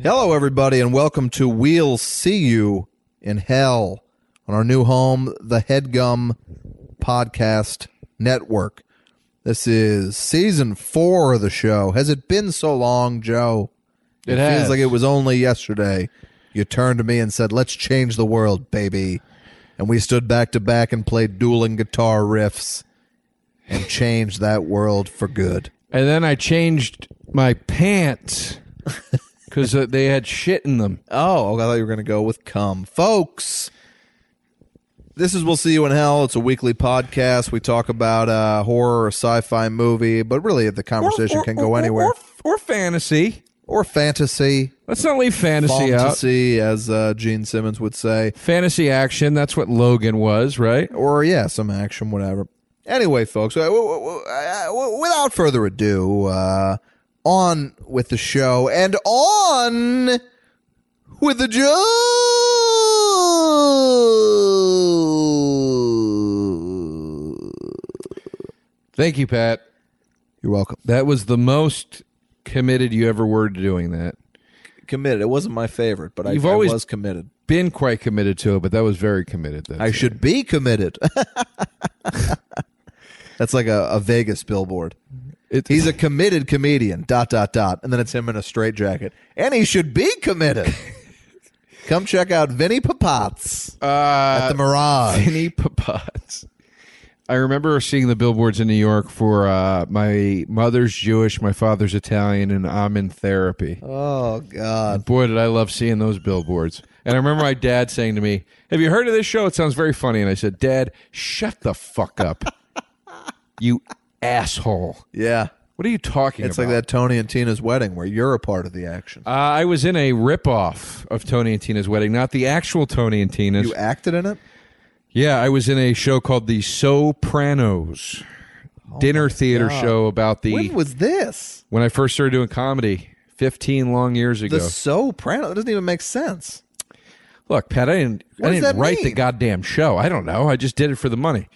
Hello, everybody, and welcome to We'll See You in Hell on our new home, the Headgum Podcast Network. This is season four of the show. Has it been so long, Joe? It, feels has. like it was only yesterday. You turned to me and said, Let's change the world, baby. And we stood back to back and played dueling guitar riffs and changed that world for good. And then I changed my pants because they had shit in them. Oh, I thought you were going to go with cum. Folks, this is We'll See You in Hell. It's a weekly podcast. We talk about uh, horror or sci fi movie, but really the conversation can go anywhere. Or, or fantasy. Or fantasy. Let's not leave fantasy out. Fantasy, as uh, Gene Simmons would say. Fantasy action. That's what Logan was, right? Or, yeah, some action, whatever. Anyway, folks, uh, w- w- uh, w- without further ado, uh, on with the show and on with the Joe. Thank you, Pat. You're welcome. That was the most committed you ever were to doing that. Committed. It wasn't my favorite, but I, You've I always- was committed. Been quite committed to it, but that was very committed. That's I it. should be committed. That's like a, a Vegas billboard. It- He's a committed comedian. Dot dot dot, and then it's him in a straitjacket, and he should be committed. Come check out Vinny Papaz uh, at the Mirage. Vinny Papaz. I remember seeing the billboards in New York for uh, my mother's Jewish, my father's Italian, and I'm in therapy. Oh God! Boy, did I love seeing those billboards. And I remember my dad saying to me, Have you heard of this show? It sounds very funny. And I said, Dad, shut the fuck up. you asshole. Yeah, What are you talking it's about? like that Tony and Tina's wedding where you're a part of the action. Uh, I was in a ripoff of Tony and Tina's wedding, not the actual Tony and Tina's. you acted in it. Yeah, I was in a show called The Sopranos, dinner theater show about the Oh When was this? when I first started doing comedy 15 long years ago. The Soprano. It doesn't even make sense. Look, Pat, I didn't What I does didn't that write the mean? goddamn show. I don't know. I just did it for the money.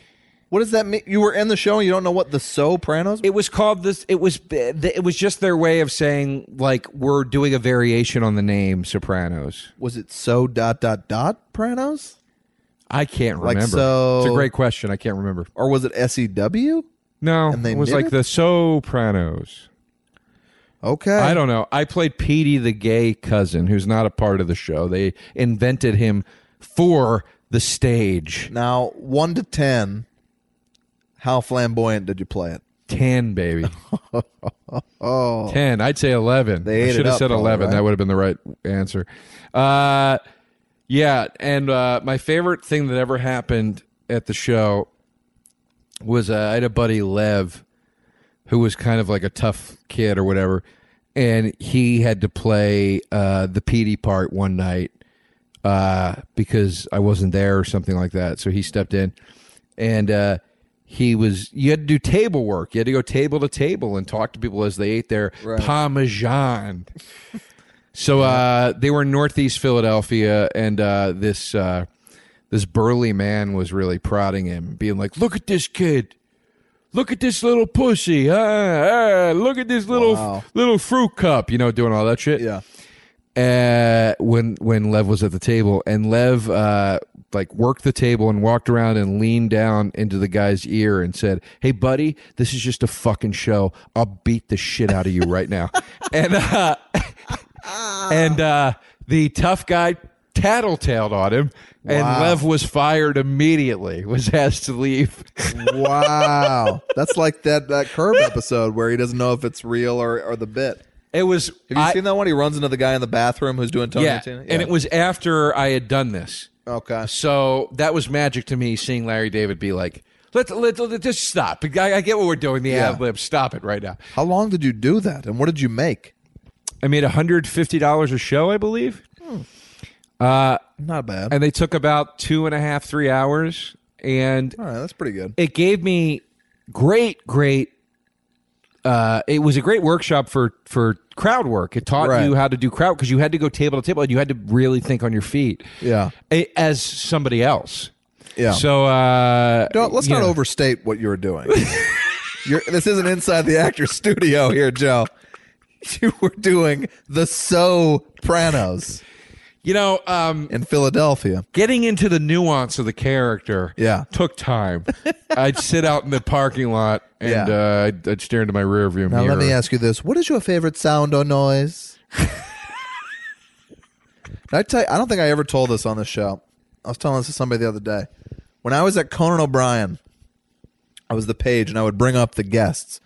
What does that mean? You were in the show and you don't know what the Sopranos? It was called this. It was it was just their way of saying like we're doing a variation on the name Sopranos. was it so dot dot dot Pranos? I can't remember. so- it's a great question. I can't remember. Or was it E SEW? No, And they it was did like it? the Sopranos. Okay. I don't know. I played Petey, the gay cousin, who's not a part of the show. They invented him for the stage. Now, 1 to 10, how flamboyant did you play it? Ten, baby. Ten. I'd say eleven. They ate I it should have up, said probably, eleven. right? That would have been the right answer. Uh, yeah, and uh, my favorite thing that ever happened at the show was uh, I had a buddy Lev, who was kind of like a tough kid or whatever, and he had to play uh, the PD part one night uh, because I wasn't there or something like that. So he stepped in, and uh, he was. You had to do table work. You had to go table to table and talk to people as they ate their parmesan. so uh, they were in Northeast Philadelphia, and uh, this uh, this burly man was really prodding him, being like, "Look at this kid." Look at this little pussy! Ah, ah, look at this little Wow. little fruit cup! You know, doing all that shit Yeah. uh, when when Lev was at the table, and Lev uh, like worked the table and walked around and leaned down into the guy's ear and said, "Hey, buddy, this is just a fucking show. I'll beat the shit out of you right now." and uh, and uh, the tough guy tattletailed on him, and Wow. Lev was fired immediately. Was asked to leave. Wow. That's like that, that Curb episode where he doesn't know if it's real or, or the bit. it was. Have you I- seen that one? He runs into the guy in the bathroom who's doing Tony yeah, Tina? and it was after I had done this. Okay. So that was magic to me seeing Larry David be like, let, let, let, just stop. I, I get what we're doing, the Yeah. ad lib. Stop it right now. How long did you do that? And what did you make? I made $150 a show, I believe. Not bad. and they took about two and a half, three hours, and All right, that's pretty good. it gave me great, great. Uh, it was a great workshop for for crowd work. It taught Right. you how to do crowd because you had to go table to table and you had to really think on your feet. Yeah. A- as somebody else. Yeah. So uh, Don't, let's you not know. overstate what you were doing. You're, this isn't inside the actor's studio here, Joe. You were doing the Sopranos You know, um, in Philadelphia. getting into the nuance of the character Yeah. took time. I'd sit out in the parking lot and Yeah. uh, I'd, I'd stare into my rearview Now, mirror. let me ask you this: What is your favorite sound or noise? Did I tell you, I don't think I ever told this on this show. I was telling this to somebody the other day. When I was at Conan O'Brien, I was the page, and I would bring up the guests.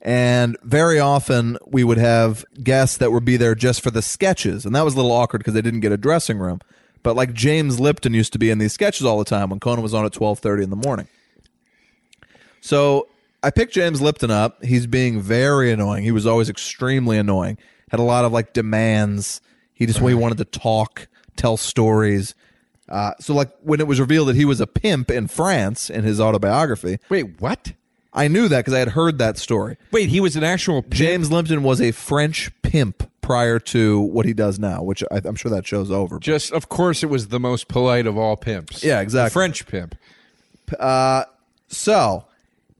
And very often we would have guests that would be there just for the sketches, and that was a little awkward because they didn't get a dressing room. But like James Lipton used to be in these sketches all the time when Conan was on at twelve thirty in the morning. So I picked James Lipton up. He's being very annoying. He was always extremely annoying. Had a lot of like demands. He just he wanted to talk, tell stories. Uh, so like when it was revealed that he was a pimp in France in his autobiography, Wait, what? I knew that because I had heard that story. Wait, he was an actual. James Lipton was a French pimp prior to what he does now, which I, I'm sure that show's over. Just of course, it was the most polite of all pimps. Yeah, exactly. The French pimp. So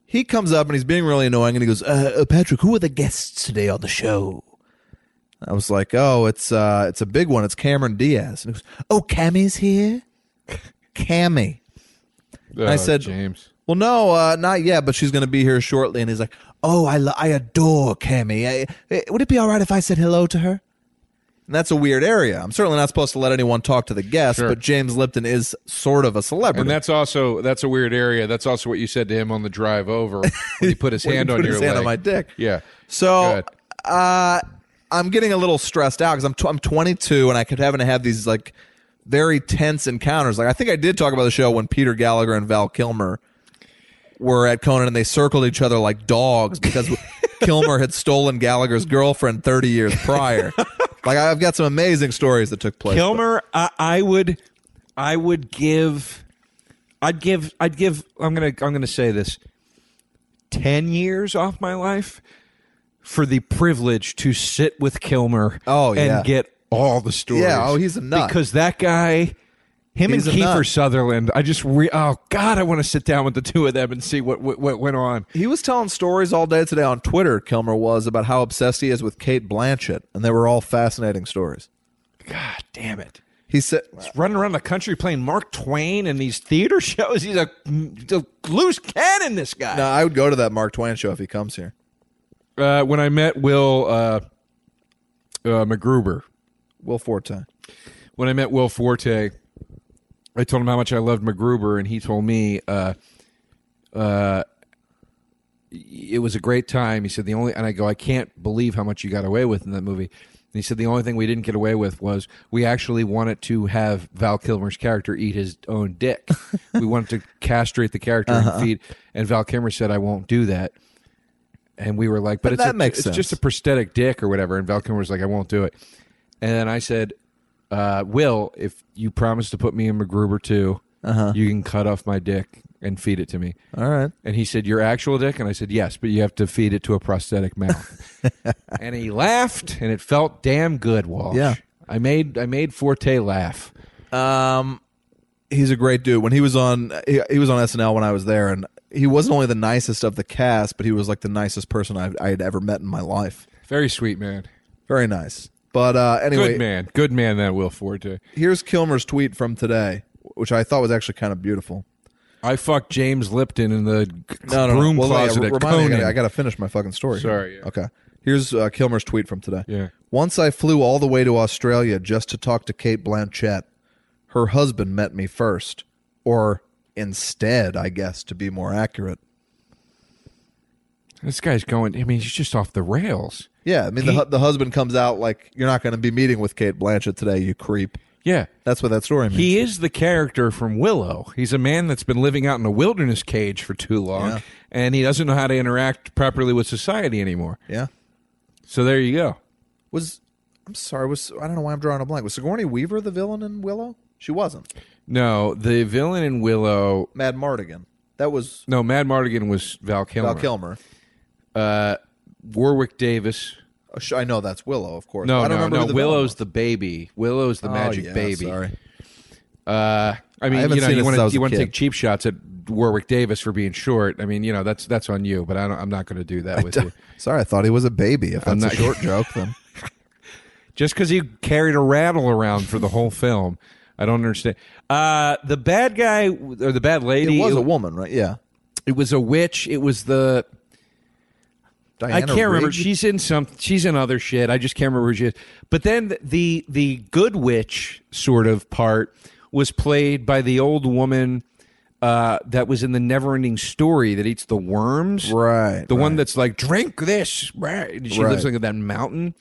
he comes up and he's being really annoying and he goes, uh, uh, Patrick, who are the guests today on the show? I was like, oh, it's uh, it's a big one. It's Cameron Diaz. And he goes, oh, Cammy's here? Cammy. I Uh, said- James. Well, no, uh, not yet, but she's going to be here shortly. And he's like, oh, I, lo- I adore Cammy. I, I- would it be all right if I said hello to her? And that's a weird area. I'm certainly not supposed to let anyone talk to the guests, Sure. but James Lipton is sort of a celebrity. And that's also that's a weird area. That's also what you said to him on the drive over when he put his When he hand on put your his hand leg. on my dick. Yeah. So, Good. uh, I'm getting a little stressed out because I'm tw- I'm 22 and I kept having to have these like very tense encounters. Like I think I did talk about the show when Peter Gallagher and Val Kilmer were at Conan and they circled each other like dogs because Kilmer had stolen Gallagher's girlfriend 30 years prior. like I've got some amazing stories that took place. Kilmer, I, I would, I would give, I'd give, I'd give. I'm gonna, I'm gonna say this. Ten years off my life for the privilege to sit with Kilmer. Oh, yeah. and get all the stories. Yeah, oh, he's a nut. because that guy. Him He's a and Kiefer nut. Sutherland, I just re- oh god, I want to sit down with the two of them and see what what, what went on. He was telling stories all day today on Twitter. Kilmer was about how obsessed he is with Kate Blanchett, and they were all fascinating stories. God damn it! He said, running around the country playing Mark Twain and these theater shows. He's a, a loose cannon, this "No, guy. I would go to that Mark Twain show if he comes here." Uh, when I met Will uh, uh, McGruber, Will Forte. when I met Will Forte, I told him how much I loved MacGruber, and he told me uh, uh, it was a great time. He said the only, and I go, I can't believe how much you got away with in that movie. And he said the only thing we didn't get away with was we actually wanted to have Val Kilmer's character eat his own dick. we wanted to castrate the character Uh-huh. and feed, and Val Kilmer said, "I won't do that." And we were like, "But But it's a- that makes it's sense. just a prosthetic dick or whatever." And Val Kilmer was like, "I won't do it." And then I said, uh, "Will, if you promise to put me in MacGruber too, you can cut off my dick and feed it to me." Uh-huh. All right. And he said, "Your actual dick?" And I said, "Yes, but you have to feed it to a prosthetic mouth." and he laughed, and it felt damn good, Walsh. Yeah. I made I made Forte laugh. Um, he's a great dude. When he was on, he, he was on SNL when I was there, and he wasn't only the nicest of the cast, but he was like the nicest person I, I had ever met in my life. Very sweet man. Very nice. But uh, Good anyway, man. Good man. That Will Forte. here's Kilmer's tweet from today, which I thought was actually kind of beautiful. I fucked James Lipton in the g- broom Well, yeah, closet re- at remind me, I Conan. gotta- I got to finish my fucking story. here. Sorry, yeah. Okay. Here's uh, Kilmer's tweet from today. Yeah. Once I flew all the way to Australia just to talk to Kate Blanchett. Her husband met me first, or instead, I guess, to be more accurate. This guy's going. I mean, he's just off the rails. Yeah, I mean, the, hu- the husband comes out like, you're not going to be meeting with Kate Blanchett today, you creep. Yeah. That's what that story means. He is the character from Willow. He's a man that's been living out in a wilderness cage for too long, Yeah. and he doesn't know how to interact properly with society anymore. yeah. So there you go. Was, I'm I'm sorry. Was I don't know why I'm drawing a blank. Was Sigourney Weaver the villain in Willow? She wasn't. No, the villain in Willow. Mad Mardigan. That was No, Mad Mardigan was Val Kilmer. Val Kilmer. Uh, Warwick Davis. Oh, sh- I know that's Willow, of course. No, I don't no, remember no. who the villain Willow's was. the baby. Willow's the Oh, magic yeah, baby. Sorry. Uh, I mean, haven't you know, seen it you want since I to was you a want to kid. take cheap shots at Warwick Davis for being short. I mean, you know, that's that's on you. But I don't, I'm not going to do that with you. Sorry, I thought he was a baby. If that's I'm a not- short joke, then Just because he carried a rattle around for the whole film, I don't understand. Uh, the bad guy or the bad lady it was a woman, right? Yeah, it was a witch. It was the Diana I can't remember. Rigg? She's in some. She's in other shit. I just can't remember who she is. But then the the good witch sort of part was played by the old woman uh, that was in the Neverending Story that eats the worms. Right, The one right. that's like drink this. Right. And She Right. lives like in that mountain,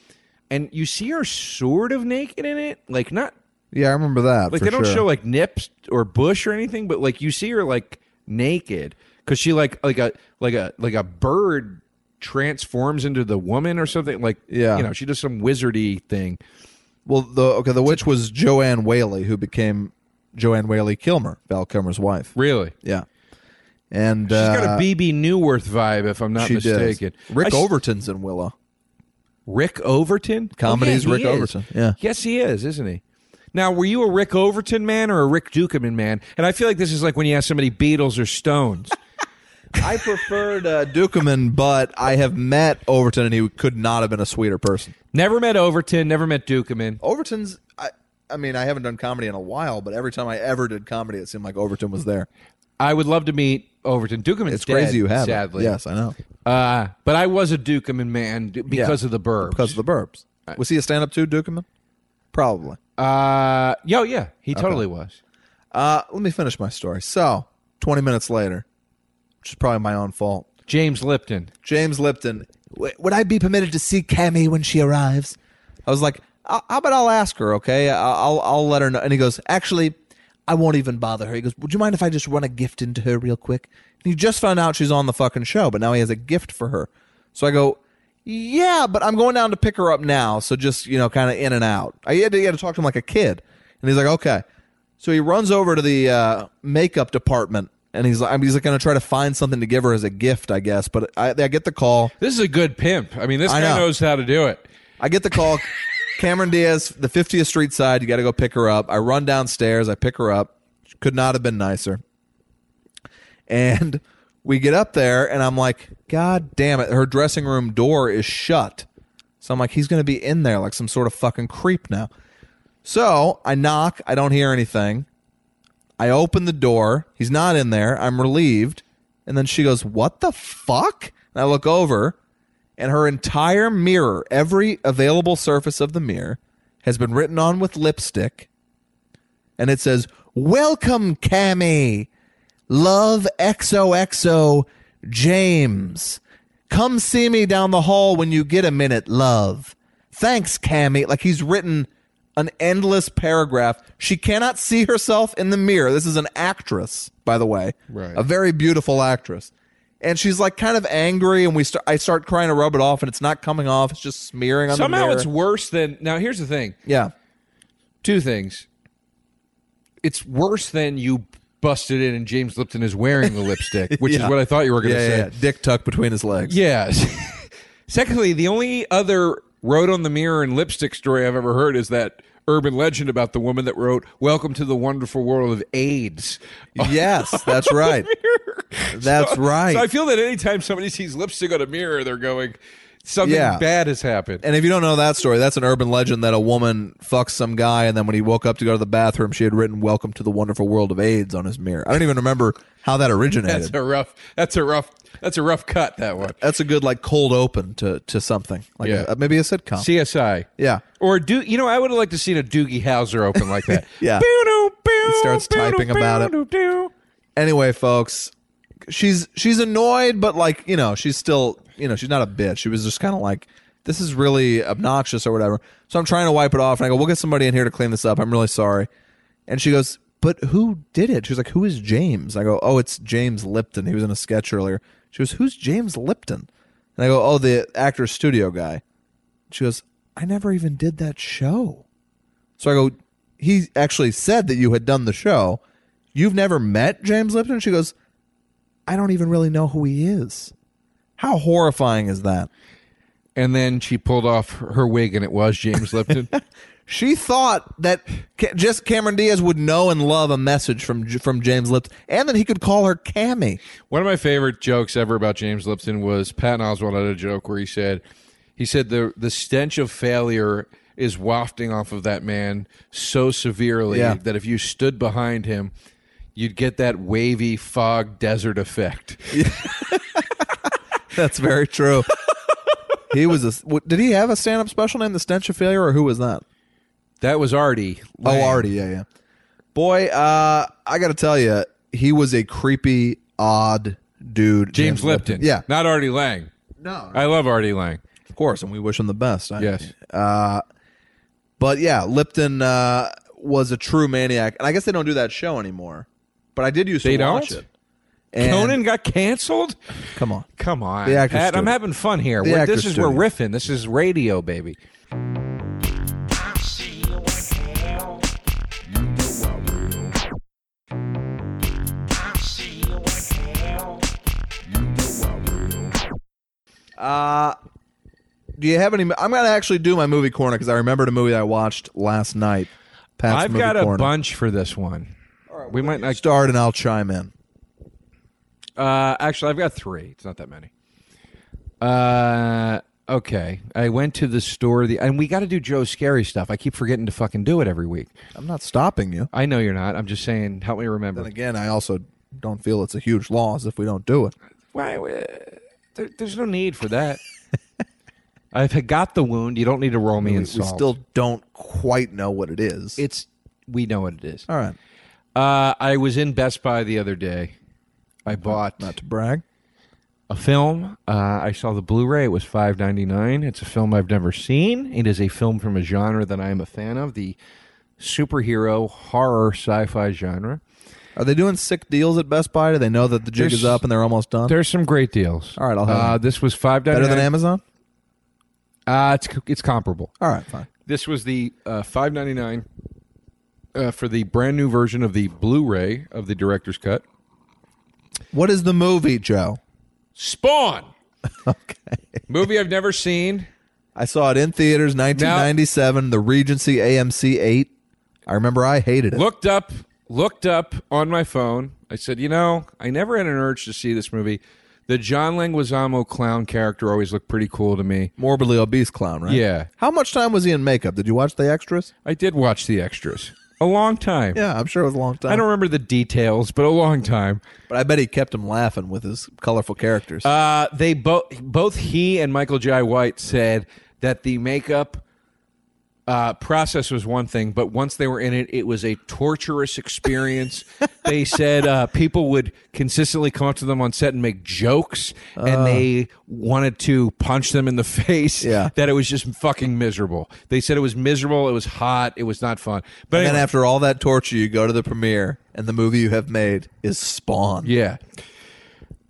and you see her sort of naked in it. Like not yeah, I remember that. like for they don't sure. show like nips or bush or anything, but like you see her like naked because she like like a like a like a bird transforms into the woman or something. Like Yeah. you know, she does some wizardy thing. Well, the okay, the witch was Joanne Whaley, who became Joanne Whaley Kilmer, Val Kilmer's wife. Really, Yeah, and she's uh, got a BB Newworth vibe, if I'm not she does. mistaken. I Rick s- Overton's in Willow. Rick Overton, Comedy's Oh, yeah, Rick he is. Overton, yeah. yes, he is, isn't he? Now, were you a Rick Overton man or a Rick Dukeman man? And I feel like this is like when you ask somebody Beatles or Stones. I preferred uh, Dukeman, but I have met Overton, and he could not have been a sweeter person. never met Overton, never met Dukeman. Overton's. I, I mean, I haven't done comedy in a while, but every time I ever did comedy, it seemed like Overton was there. I would love to meet Overton. Dukeman's It's crazy dead, you have sadly. Yes, I know. Uh, but I was a Dukeman man d- because Yeah. of the burbs. Because of the burps. Was he a stand up too, Dukeman? Probably. uh, yo, yeah, he totally was. Uh, let me finish my story. So, 20 minutes later, which is probably my own fault, James Lipton. James Lipton, "W- would I be permitted to see Cammy when she arrives? I was like, "I- how about I'll ask her, okay? I- I'll, I'll let her know. And he goes, actually, I won't even bother her. He goes, would you mind if I just run a gift into her real quick? And he just found out she's on the fucking show, but now he has a gift for her. So I go, yeah, but I'm going down to pick her up now. So just, you know, kind of in and out. I had to, he had to talk to him like a kid. And he's like, okay. So he runs over to the uh, makeup department, and he's like, I mean, he's like going to try to find something to give her as a gift, I guess. But I, I get the call. This is a good pimp. I mean, this I guy know. knows how to do it. I get the call. Cameron Diaz, the 50th Street side. You got to go pick her up. I run downstairs. I pick her up. Could not have been nicer. And we get up there, and I'm like, God damn it. Her dressing room door is shut. So I'm like, he's going to be in there like some sort of fucking creep now. So I knock. I don't hear anything. I open the door. He's not in there. I'm relieved. And then she goes, What the fuck? And I look over, and her entire mirror, every available surface of the mirror, has been written on with lipstick. And it says, Welcome, Cammy. Love XOXO James. Come see me down the hall when you get a minute, love. Thanks, Cammy. Like he's written an endless paragraph. She cannot see herself in the mirror. This is an actress, by the way. Right. A very beautiful actress. And she's like kind of angry, and we start. I start trying to rub it off, and it's not coming off. It's just smearing on Somehow the mirror. it's worse than. Now, here's the thing yeah, two things. It's worse than you busted in and James Lipton is wearing the lipstick, which Yeah. is what I thought you were going yeah, to say. yeah, yeah. Dick tucked between his legs. Yes. Secondly, the only other road on the mirror and lipstick story I've ever heard is that urban legend about the woman that wrote "Welcome to the Wonderful World of AIDS." Yes, that's right. That's right. So I feel that anytime somebody sees lipstick on a mirror, they're going, "Something Yeah. bad has happened." and if you don't know that story, that's an urban legend that a woman fucks some guy, and then when he woke up to go to the bathroom, she had written "Welcome to the wonderful world of AIDS" on his mirror. I don't even remember how that originated. that's That's a, a rough. That's a rough. That's a rough cut. That one. good like cold open to to something, like Yeah. a- maybe a sitcom. CSI. yeah, Or do you know? I would have liked to seen a Doogie Howser open like that. Yeah. He starts typing about it. anyway, folks, she's she's annoyed, but like you know, she's still you know she's not a bitch. She was just kind of like, this is really obnoxious or whatever. So I'm trying to wipe it off, and I go, we'll get somebody in here to clean this up. I'm really sorry. And she goes, but who did it? She was like, who is James? I go, oh, it's James Lipton. He was in a sketch earlier. She goes, who's James Lipton? And I go, oh, the actor studio guy. She goes, I never even did that show. So I go, he actually said that you had done the show. You've never met James Lipton? She goes, I don't even really know who he is. How horrifying is that? And then she pulled off her her wig, and it was James Lipton. She thought that Ca- just Cameron Diaz would know and love a message from J- from James Lipton, and that he could call her Cammy. One of my favorite jokes ever about James Lipton was Patton Oswald had a joke where he said, he said the the stench of failure is wafting off of that man so severely Yeah. that if you stood behind him, you'd get that wavy fog desert effect. That's very true. he was a. w- Did he have a stand up special named The Stench of Failure, or who was that? That was Artie. Lang. Oh, Artie. Yeah, yeah. Boy, uh, I got to tell you, he was a creepy, odd dude. James, Lipton. Yeah. Not Artie Lang. No, I love Artie Lang. of course, and we wish him the best. I- Uh, Yes. But yeah, Lipton uh, was a true maniac, and I guess they don't do that show anymore. But I did used They to watch don't? it. And- Conan got canceled? come on. Come on. The actor's Pat, I'm studio. having fun here. The We're- actor's this is we're studio. riffing. This is radio, baby. Uh, do you have any? I'm gonna actually do my movie corner because I remembered a movie I watched last night. Pat's I've movie got a corner. bunch for this one. we might not. Start and I'll chime in. Uh, actually, I've got three. It's not that many. Uh, okay. I went to the store, the, and we got to do Joe's scary stuff. I keep forgetting to fucking do it every week. I'm not stopping you. I know you're not. I'm just saying, help me And remember. again, I also don't feel it's a huge loss if we don't do it. Why? uh, There, there's no need for that. I've got the wound. You don't need to roll me We, in we salt. still don't quite know what it is. it's we know what it is. All right, Uh, I was in Best Buy the other day. I bought not to brag. a film. Uh, I saw the Blu-ray. It was five ninety nine. It's a film I've never seen. It is a film from a genre that I am a fan of, the superhero horror sci-fi genre. Are they doing sick deals at Best Buy? Do they know that the jig is There's- up and they're almost done? There's some great deals. All right, I'll have uh, one. this was five Better ninety nine. than Amazon. Uh, it's it's comparable. All right, fine. This was the uh, five ninety nine uh, for the brand new version of the Blu-ray of the director's cut. What is the movie, Joe? Spawn. okay. Movie I've never seen. I saw it in theaters, 1997, the Regency AMC 8. I remember I hated it. looked up looked up on my phone i said you know i never had an urge to see this movie the john leguizamo clown character always looked pretty cool to me Morbidly obese clown, right? Yeah. How much time was he in makeup? Did you watch the extras? i did watch the extras a long time Yeah, I'm sure it was a long time. i don't remember the details but a long time but I bet he kept him laughing with his colorful characters. uh, they both both he and michael j white said that the makeup uh, process was one thing, but once they were in it, it was a torturous experience. they said uh, people would consistently come up to them on set and make jokes, and they wanted to punch them in the face. Uh. Yeah. That it was just fucking miserable. They said it was miserable, it was hot, it was not fun. But and then anyway, after all that torture, you go to the premiere, and the movie you have made is Spawn. yeah.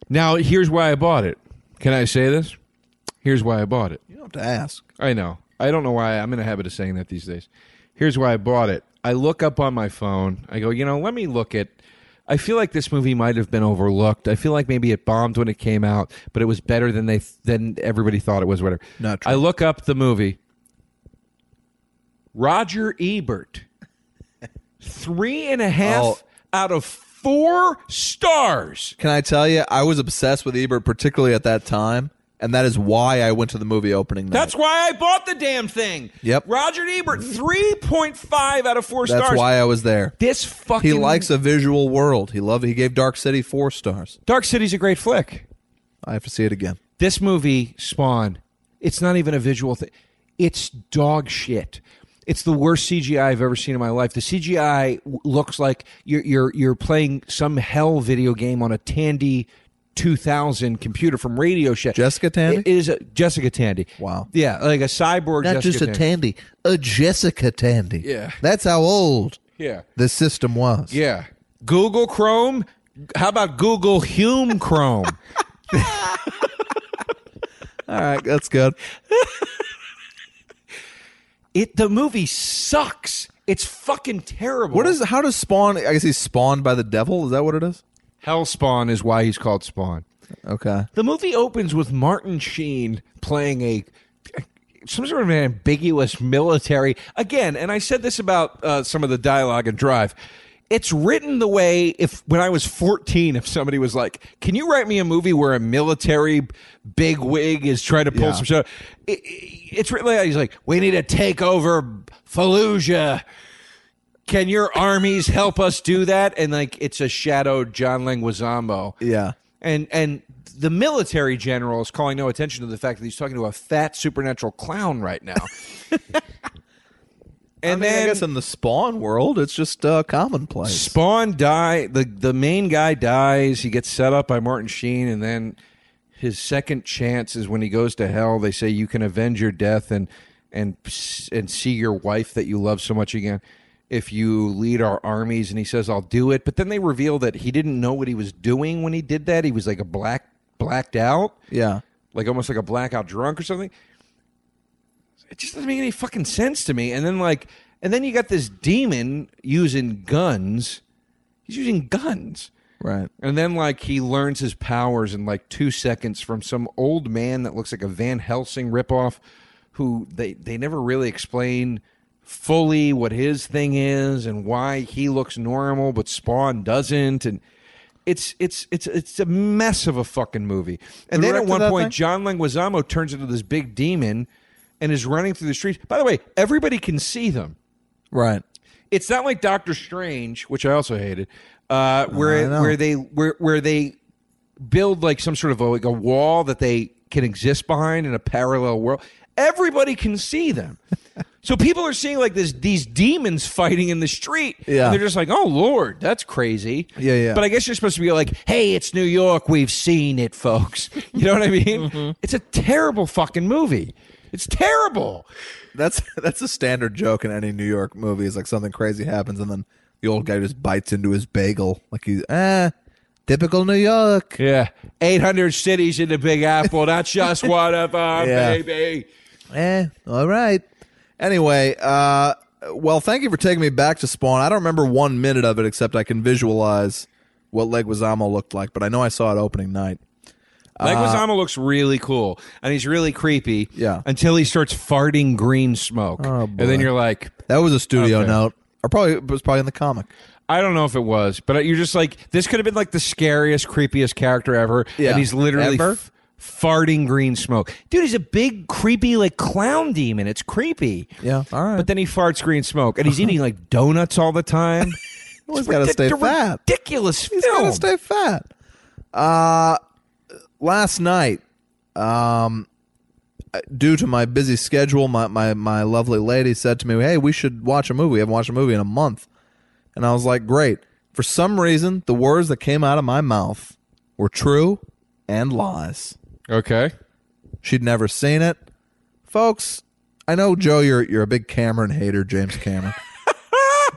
Now, here's why I bought it. Can I say this? Here's why I bought it. You don't have to ask. I know. I don't know why I'm in the habit of saying that these days. Here's why I bought it. I look up on my phone. I go, you know, let me look at. I feel like this movie might have been overlooked. I feel like maybe it bombed when it came out, but it was better than they than everybody thought it was. Whatever. Not true. I look up the movie. Roger Ebert, three and a half Oh. out of four stars. Can I tell you, I was obsessed with Ebert, particularly at that time, and that is why I went to the movie opening night. That's why I bought the damn thing. Yep. Roger Ebert, three point five out of four That's stars. why I was there. This fucking He likes a visual world. He loved. He gave Dark City four stars. Dark City's a great flick. I have to see it again. This movie, Spawn, it's not even a visual thing. It's dog shit. It's the worst CGI I've ever seen in my life. The CGI w- looks like you're you're you're playing some hell video game on a Tandy 2000 computer from Radio Shack. Jessica Tandy? It is a, Jessica Tandy. Wow. Yeah, like a cyborg. Not Jessica just a Tandy. Tandy, a Jessica Tandy. Yeah. That's how old yeah. the system was. Yeah. Google Chrome. How about Google Hume Chrome? All right, that's good. It the movie sucks. It's fucking terrible. What is how does Spawn? I guess he's spawned by the devil. Is that what it is? Hell Spawn is why he's called Spawn. Okay. The movie opens with Martin Sheen playing a some sort of an ambiguous military again, and I said this about uh, some of the dialogue and drive. It's written the way if when I was 14, if somebody was like, "Can you write me a movie where a military big wig is trying to pull Yeah. some shit?" It, it- it's written like that. he's like, "We need to take over Fallujah." Can your armies help us do that? And like, it's a shadowed John Leguizamo Yeah. and and the military general is calling no attention to the fact that he's talking to a fat supernatural clown right now. and I mean, I then guess in the Spawn world, it's just uh, commonplace. Spawn die the the main guy dies. He gets set up by Martin Sheen, and then his second chance is when he goes to hell. They say you can avenge your death and and and see your wife that you love so much again if you lead our armies. And he says, "I'll do it." But then they reveal that he didn't know what he was doing when he did that. He was like a black blacked out yeah. like almost like a blackout drunk or something. It just doesn't make any fucking sense to me. And then like, and then you got this demon using guns. He's using guns. Right. And then like he learns his powers in like two seconds from some old man that looks like a Van Helsing ripoff, who they they never really explain fully what his thing is and why he looks normal but Spawn doesn't and. It's it's it's it's a mess of a fucking movie. And Who then at directed one that point, thing? John Leguizamo turns into this big demon and is running through the streets. By the way, everybody can see them Right. it's not like Doctor Strange, which I also hated, uh, I where know. where they where where they build like some sort of a, like a wall that they can exist behind in a parallel world. Everybody can see them, so people are seeing like this these demons fighting in the street. Yeah. and they're just like, oh lord, that's crazy. Yeah, yeah. But I guess you're supposed to be like, hey, it's New York. We've seen it, folks. You know what I mean? Mm-hmm. It's a terrible fucking movie. It's terrible. That's that's a standard joke in any New York movie. Is like something crazy happens, and then the old guy just bites into his bagel, like he's ah, typical New York. Yeah. 800 cities in the Big Apple. That's just one of our Yeah. baby. Eh, all right. Anyway, uh, well, thank you for taking me back to Spawn. I don't remember one minute of it, except I can visualize what Leguizamo looked like, but I know I saw it opening night. Leguizamo looks really cool and he's really creepy. Uh, Yeah. Oh. Until he starts farting green smoke. and boy. then you're like, That was a studio Okay. note, or probably it was probably in the comic. I don't know if it was, but you're just like, this could have been like the scariest, creepiest character ever. Yeah. And he's literally Ever? f- farting green smoke. Dude, he's a big, creepy, like clown demon. It's creepy. Yeah, all right. But then he farts green smoke and he's eating like donuts all the time. He's got to stay It's a fat. Ridiculous He's film. got to stay fat. Uh, last night, um, due to my busy schedule, my, my, my lovely lady said to me, Hey, we should watch a movie. I haven't watched a movie in a month. And I was like, Great. For some reason, the words that came out of my mouth were true and lies. Okay. She'd never seen it. Folks, I know Joe, you're you're a big Cameron hater, James Cameron.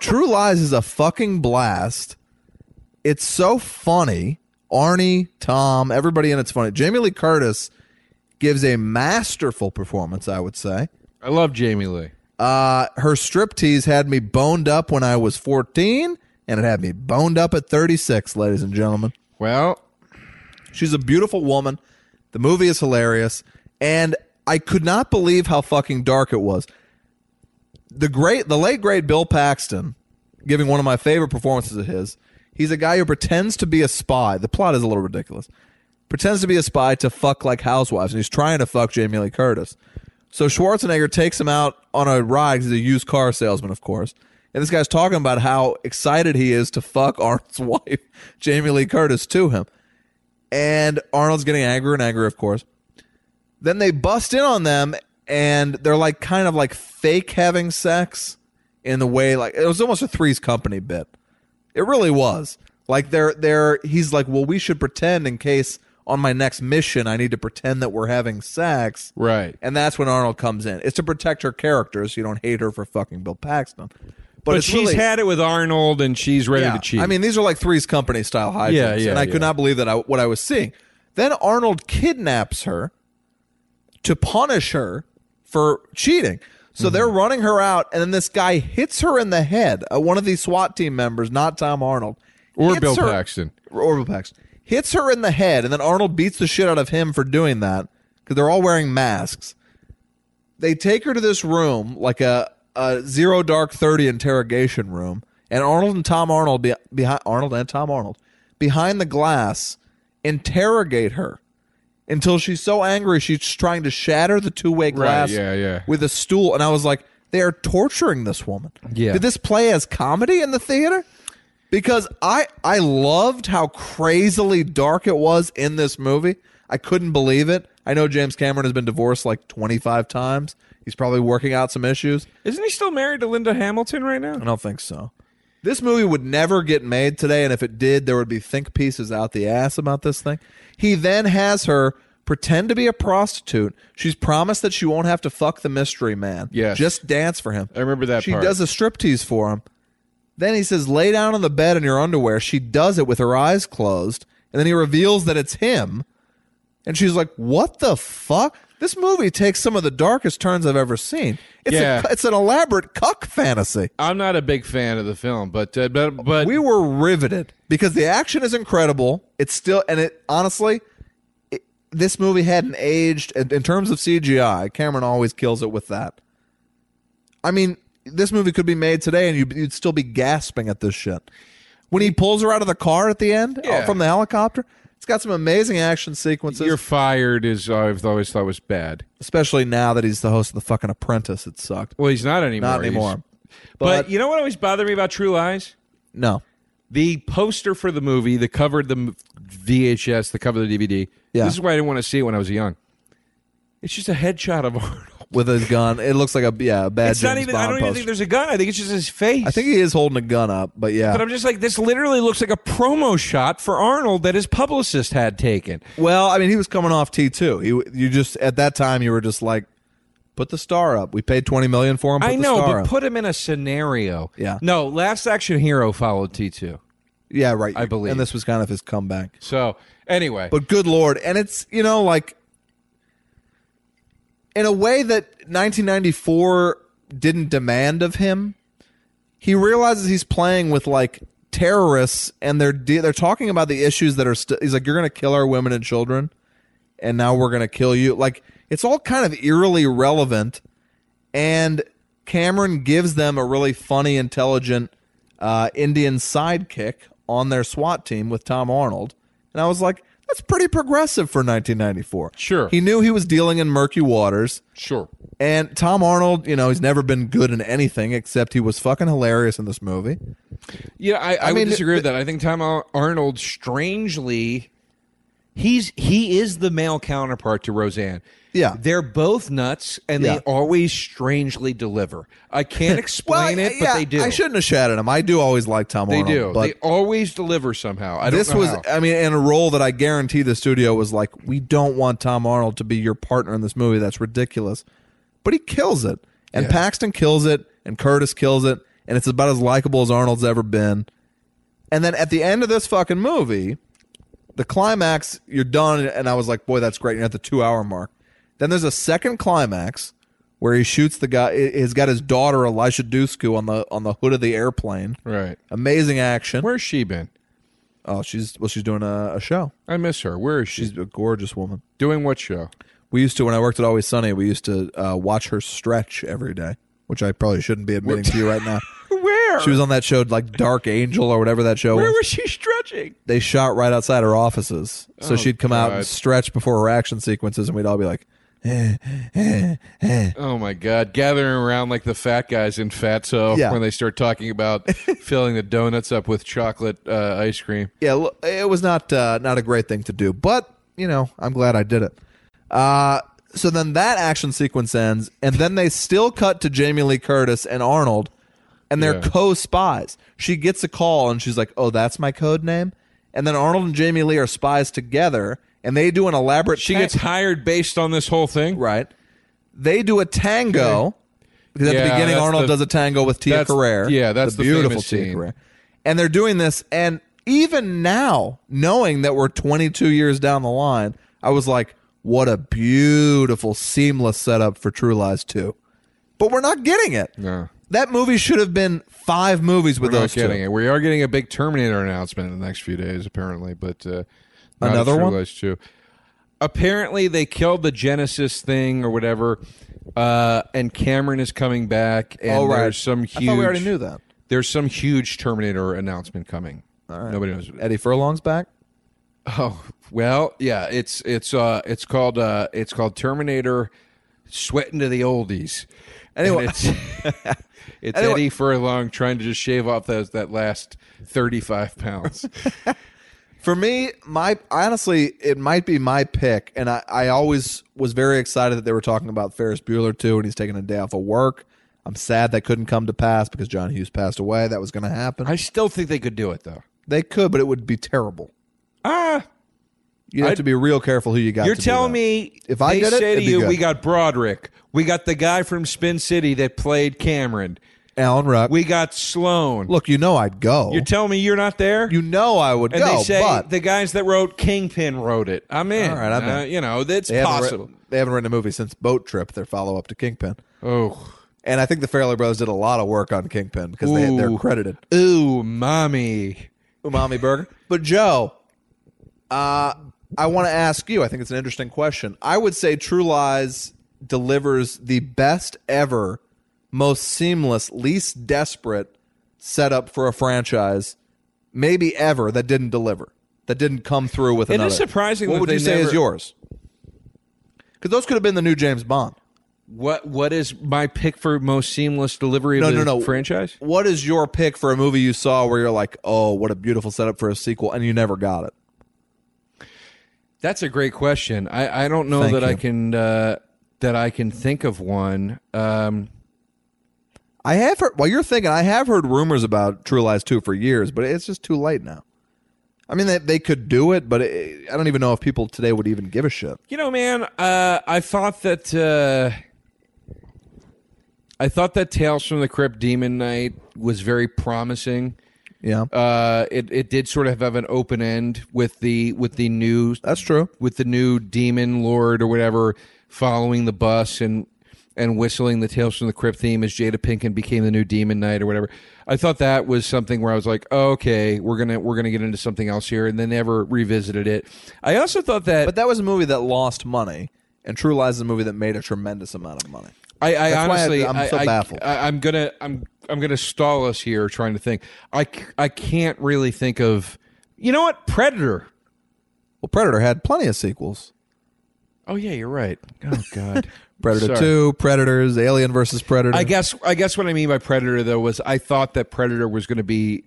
True Lies is a fucking blast. It's so funny. Arnie, Tom, everybody in it's funny. Jamie Lee Curtis gives a masterful performance, I would say. I love Jamie Lee. Uh, her striptease had me boned up when I was 14, and it had me boned up at 36, ladies and gentlemen. Well, She's a beautiful woman. The movie is hilarious. And I could not believe how fucking dark it was. The great the late great Bill Paxton, giving one of my favorite performances of his, he's a guy who pretends to be a spy. The plot is a little ridiculous. Pretends to be a spy to fuck like housewives, and he's trying to fuck Jamie Lee Curtis. So Schwarzenegger takes him out on a ride. 'cause He's a used car salesman, of course. And this guy's talking about how excited he is to fuck Arnold's wife, Jamie Lee Curtis, to him and Arnold's getting angrier and angrier, of course. Then they bust in on them, and they're like kind of like fake having sex in the way like it was almost a Three's Company bit. It really was like they're they're he's like, well, we should pretend in case on my next mission I need to pretend that we're having sex, Right. And that's when Arnold comes in. It's to protect her character, so you don't hate her for fucking Bill Paxton. But, but it's she's really- had it with Arnold and she's ready to cheat. I mean, these are like Three's Company style hijinks, Yeah, yeah, and I yeah. could not believe that I, what I was seeing. Then Arnold kidnaps her to punish her for cheating. So they're Mm-hmm. running her out, and then this guy hits her in the head. Uh, one of these SWAT team members, not Tom Arnold, Or hits Bill her- Paxton. or Bill Paxton hits her in the head, and then Arnold beats the shit out of him for doing that because they're all wearing masks. They take her to this room, like a, a zero dark thirty interrogation room, and Arnold and Tom Arnold be, behind Arnold and Tom Arnold behind the glass interrogate her until she's so angry she's trying to shatter the two way glass yeah, yeah. with a stool. And I was like, they are torturing this woman. Yeah. Did this play as comedy in the theater? because I I loved how crazily dark it was in this movie. I couldn't believe it. I know James Cameron has been divorced like 25 times. He's probably working out some issues. Isn't he still married to Linda Hamilton right now? I don't think so. This movie would never get made today, and if it did, there would be think pieces out the ass about this thing. He then has her pretend to be a prostitute. She's promised that she won't have to fuck the mystery man. Yes. Just dance for him. I remember that She part. does a striptease for him. Then he says, lay down on the bed in your underwear. She does it with her eyes closed, and then he reveals that it's him. And she's like, "What the fuck?" This movie takes some of the darkest turns I've ever seen. It's Yeah. a, it's an elaborate cuck fantasy. I'm not a big fan of the film, but uh, but but We were riveted because the action is incredible. It's still and it honestly, it, this movie hadn't aged in, in terms of CGI. Cameron always kills it with that. I mean, this movie could be made today, and you'd, you'd still be gasping at this shit. When he pulls her out of the car at the end uh, Yeah. from the helicopter, it's got some amazing action sequences. you're fired is I've always thought was bad. especially now that he's the host of the fucking Apprentice. It sucked. Well, he's not anymore. Not He's- anymore. But, But, you know what always bothered me about True Lies? no, the poster for the movie, the cover, of the m- VHS, the cover of the DVD. Yeah. This is why I didn't want to see it when I was young. It's just a headshot of Arnold. with his gun, it looks like a yeah a bad. It's not James even. I Bond don't even poster. think there's a gun. I think it's just his face. I think he is holding a gun up, but yeah. But I'm just like, this literally looks like a promo shot for Arnold that his publicist had taken. well, I mean, he was coming off T two. You you just at that time you were just like, put the star up. We paid twenty million for him. Put I the know, star but up. put him in a scenario. Yeah. No, Last Action Hero followed T2. yeah, right. I believe. and this was kind of his comeback. So anyway, But good lord, and it's you know like, in a way that 1994 didn't demand of him. He realizes he's playing with like terrorists, and they're de- they're talking about the issues that are. St- he's like, you're gonna kill our women and children, and now we're gonna kill you. Like it's all kind of eerily relevant, and Cameron gives them a really funny, intelligent uh, Indian sidekick on their SWAT team with Tom Arnold, and I was like, that's pretty progressive for 1994. Sure. he knew he was dealing in murky waters. sure. And Tom Arnold, you know, he's never been good in anything except he was fucking hilarious in this movie. Yeah, I, I, would mean, disagree with that. I think Tom Ar- Arnold Strangely, he's he is the male counterpart to Roseanne. Yeah. They're both nuts and Yeah. they always strangely deliver. I can't explain it, but yeah, they do. I shouldn't have shouted him. I do always like Tom They Arnold. do. But they always deliver somehow. I don't this know was, how. I mean, in a role that I guarantee the studio was like, we don't want Tom Arnold to be your partner in this movie. That's ridiculous. But he kills it. And Yeah. Paxton kills it. And Curtis kills it. And it's about as likable as Arnold's ever been. And then at the end of this fucking movie, the climax, you're done. And I was like, boy, that's great. You're at the two hour mark. Then there's a second climax where he shoots the guy. He's got his daughter, Elisha Dusku, on the on the hood of the airplane. right. Amazing action. Where's she been? Oh, she's well, she's doing a, a show. I miss her. Where is she? She's a gorgeous woman. doing what show? We used to when I worked at Always Sunny. We used to uh, watch her stretch every day, which I probably shouldn't be admitting to you right now. Where? She was on that show like Dark Angel or whatever that show Where was. was she stretching? They shot right outside her offices, so she'd come out God. and stretch before her action sequences, and we'd all be like, Oh my God! Gathering around like the fat guys in Fatso Yeah. when they start talking about filling the donuts up with chocolate uh, ice cream. yeah, look, it was not uh, not a great thing to do, but you know, I'm glad I did it. Uh, so then that action sequence ends, and then they still cut to Jamie Lee Curtis and Arnold, and they're Yeah. co-spies. She gets a call, and she's like, "Oh, that's my code name." And then Arnold and Jamie Lee are spies together, and they do an elaborate. She tang- gets hired based on this whole thing. right. They do a tango because at Yeah, the beginning that's Arnold the- does a tango with Tia that's- Carrere. yeah, that's the beautiful famous Tia scene. Carrere. And they're doing this, and even now, knowing that we're 22 years down the line, I was like, "What a beautiful, seamless setup for True Lies 2." but we're not getting it. No. That movie should have been five movies with We're not those two. getting it. We are getting a big Terminator announcement in the next few days, apparently. But uh, not Another a true one? Lies two. Apparently, they killed the Genesis thing or whatever, uh, and Cameron is coming back. And All right. there's some huge. I thought we already knew that. There's some huge Terminator announcement coming. Nobody knows. what it is. Eddie Furlong's back. Oh well, yeah. It's it's uh it's called uh it's called Terminator, sweating to the oldies. Anyway. And it's it's Anyway. Eddie Furlong trying to just shave off those that last thirty five pounds. For me, my honestly, it might be my pick, and I, I always was very excited that they were talking about Ferris Bueller too, and he's taking a day off of work. I'm sad that couldn't come to pass because John Hughes passed away. That was going to happen. I still think they could do it though. they could, but it would be terrible. Ah, You have I'd- to be real careful who you got. you're to do telling that. me If I they did it, say to it'd be you, good. we got Broderick, we got the guy from Spin City that played Cameron, Alan Ruck. we got Sloan. look, you know I'd go. you're telling me you're not there. you know I would And go, they say but the guys that wrote Kingpin wrote it. I'm in. All right, I'm in. Uh, you know, that's they haven't, possible. written, they haven't written a movie since Boat Trip, their follow up to Kingpin. oh. And I think the Farrelly Brothers did a lot of work on Kingpin because they, they're Ooh. credited. Ooh, mommy. umami burger. But Joe, uh, I want to ask you. I think it's an interesting question. I would say True Lies delivers the best ever, most seamless, least desperate setup for a franchise, maybe ever that didn't deliver, that didn't come through with It is another. surprising What that would you they say is never- yours? Because those could have been the new James Bond. What what is my pick for most seamless delivery No, of no, the no. franchise? What is your pick for a movie you saw where you're like, oh, what a beautiful setup for a sequel, and you never got it? That's a great question. I, I don't know Thank that I you. can uh, that I can think of one. Um, I have heard. Well, you're thinking. I have heard rumors about True Lies two for years, but it's just too late now. I mean, they, they could do it, but it, I don't even know if people today would even give a shit. you know, man, uh, I thought that uh, I thought that Tales from the Crypt Demon Knight was very promising. Yeah, Uh, it it did sort of have an open end with the with the new that's true. with the new demon lord or whatever following the bus and and whistling the Tales from the Crypt theme as Jada Pinkett became the new Demon Knight or whatever. I thought that was something where I was like, oh, okay, we're gonna we're gonna get into something else here, and they never revisited it. I also thought that But that was a movie that lost money, and True Lies is a movie that made a tremendous amount of money. I, I That's why I- honestly, I'm I, so I- baffled. I, am gonna, I'm, I'm gonna stall us here trying to think. I, c- I can't really think of. You know what, Predator. Well, Predator had plenty of sequels. Oh yeah, you're right. Oh God, Predator Sorry. two, Predators, Alien versus Predator. I guess I guess what I mean by Predator though was I thought that Predator was going to be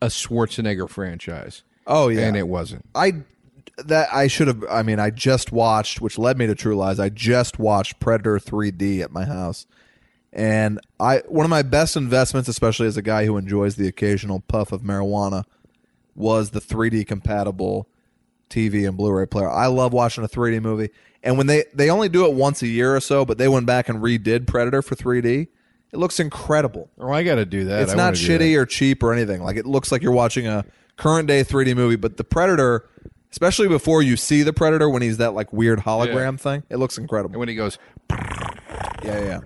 a Schwarzenegger franchise. Oh, yeah. and it wasn't. I that I should have. I mean, I just watched, which led me to True Lies. I just watched Predator 3D at my house, and I one of my best investments, especially as a guy who enjoys the occasional puff of marijuana, was the 3D compatible TV and Blu-ray player. I love watching a 3D movie, and when they they only do it once a year or so, but they went back and redid Predator for 3D. It looks incredible. Oh, I got to do that. It's I not wanna do that. shitty or cheap or anything. Like it looks like you're watching a current day 3D movie, but the Predator, especially before you see the Predator when he's that like weird hologram thing, it looks And incredible. when he goes, Yeah, yeah.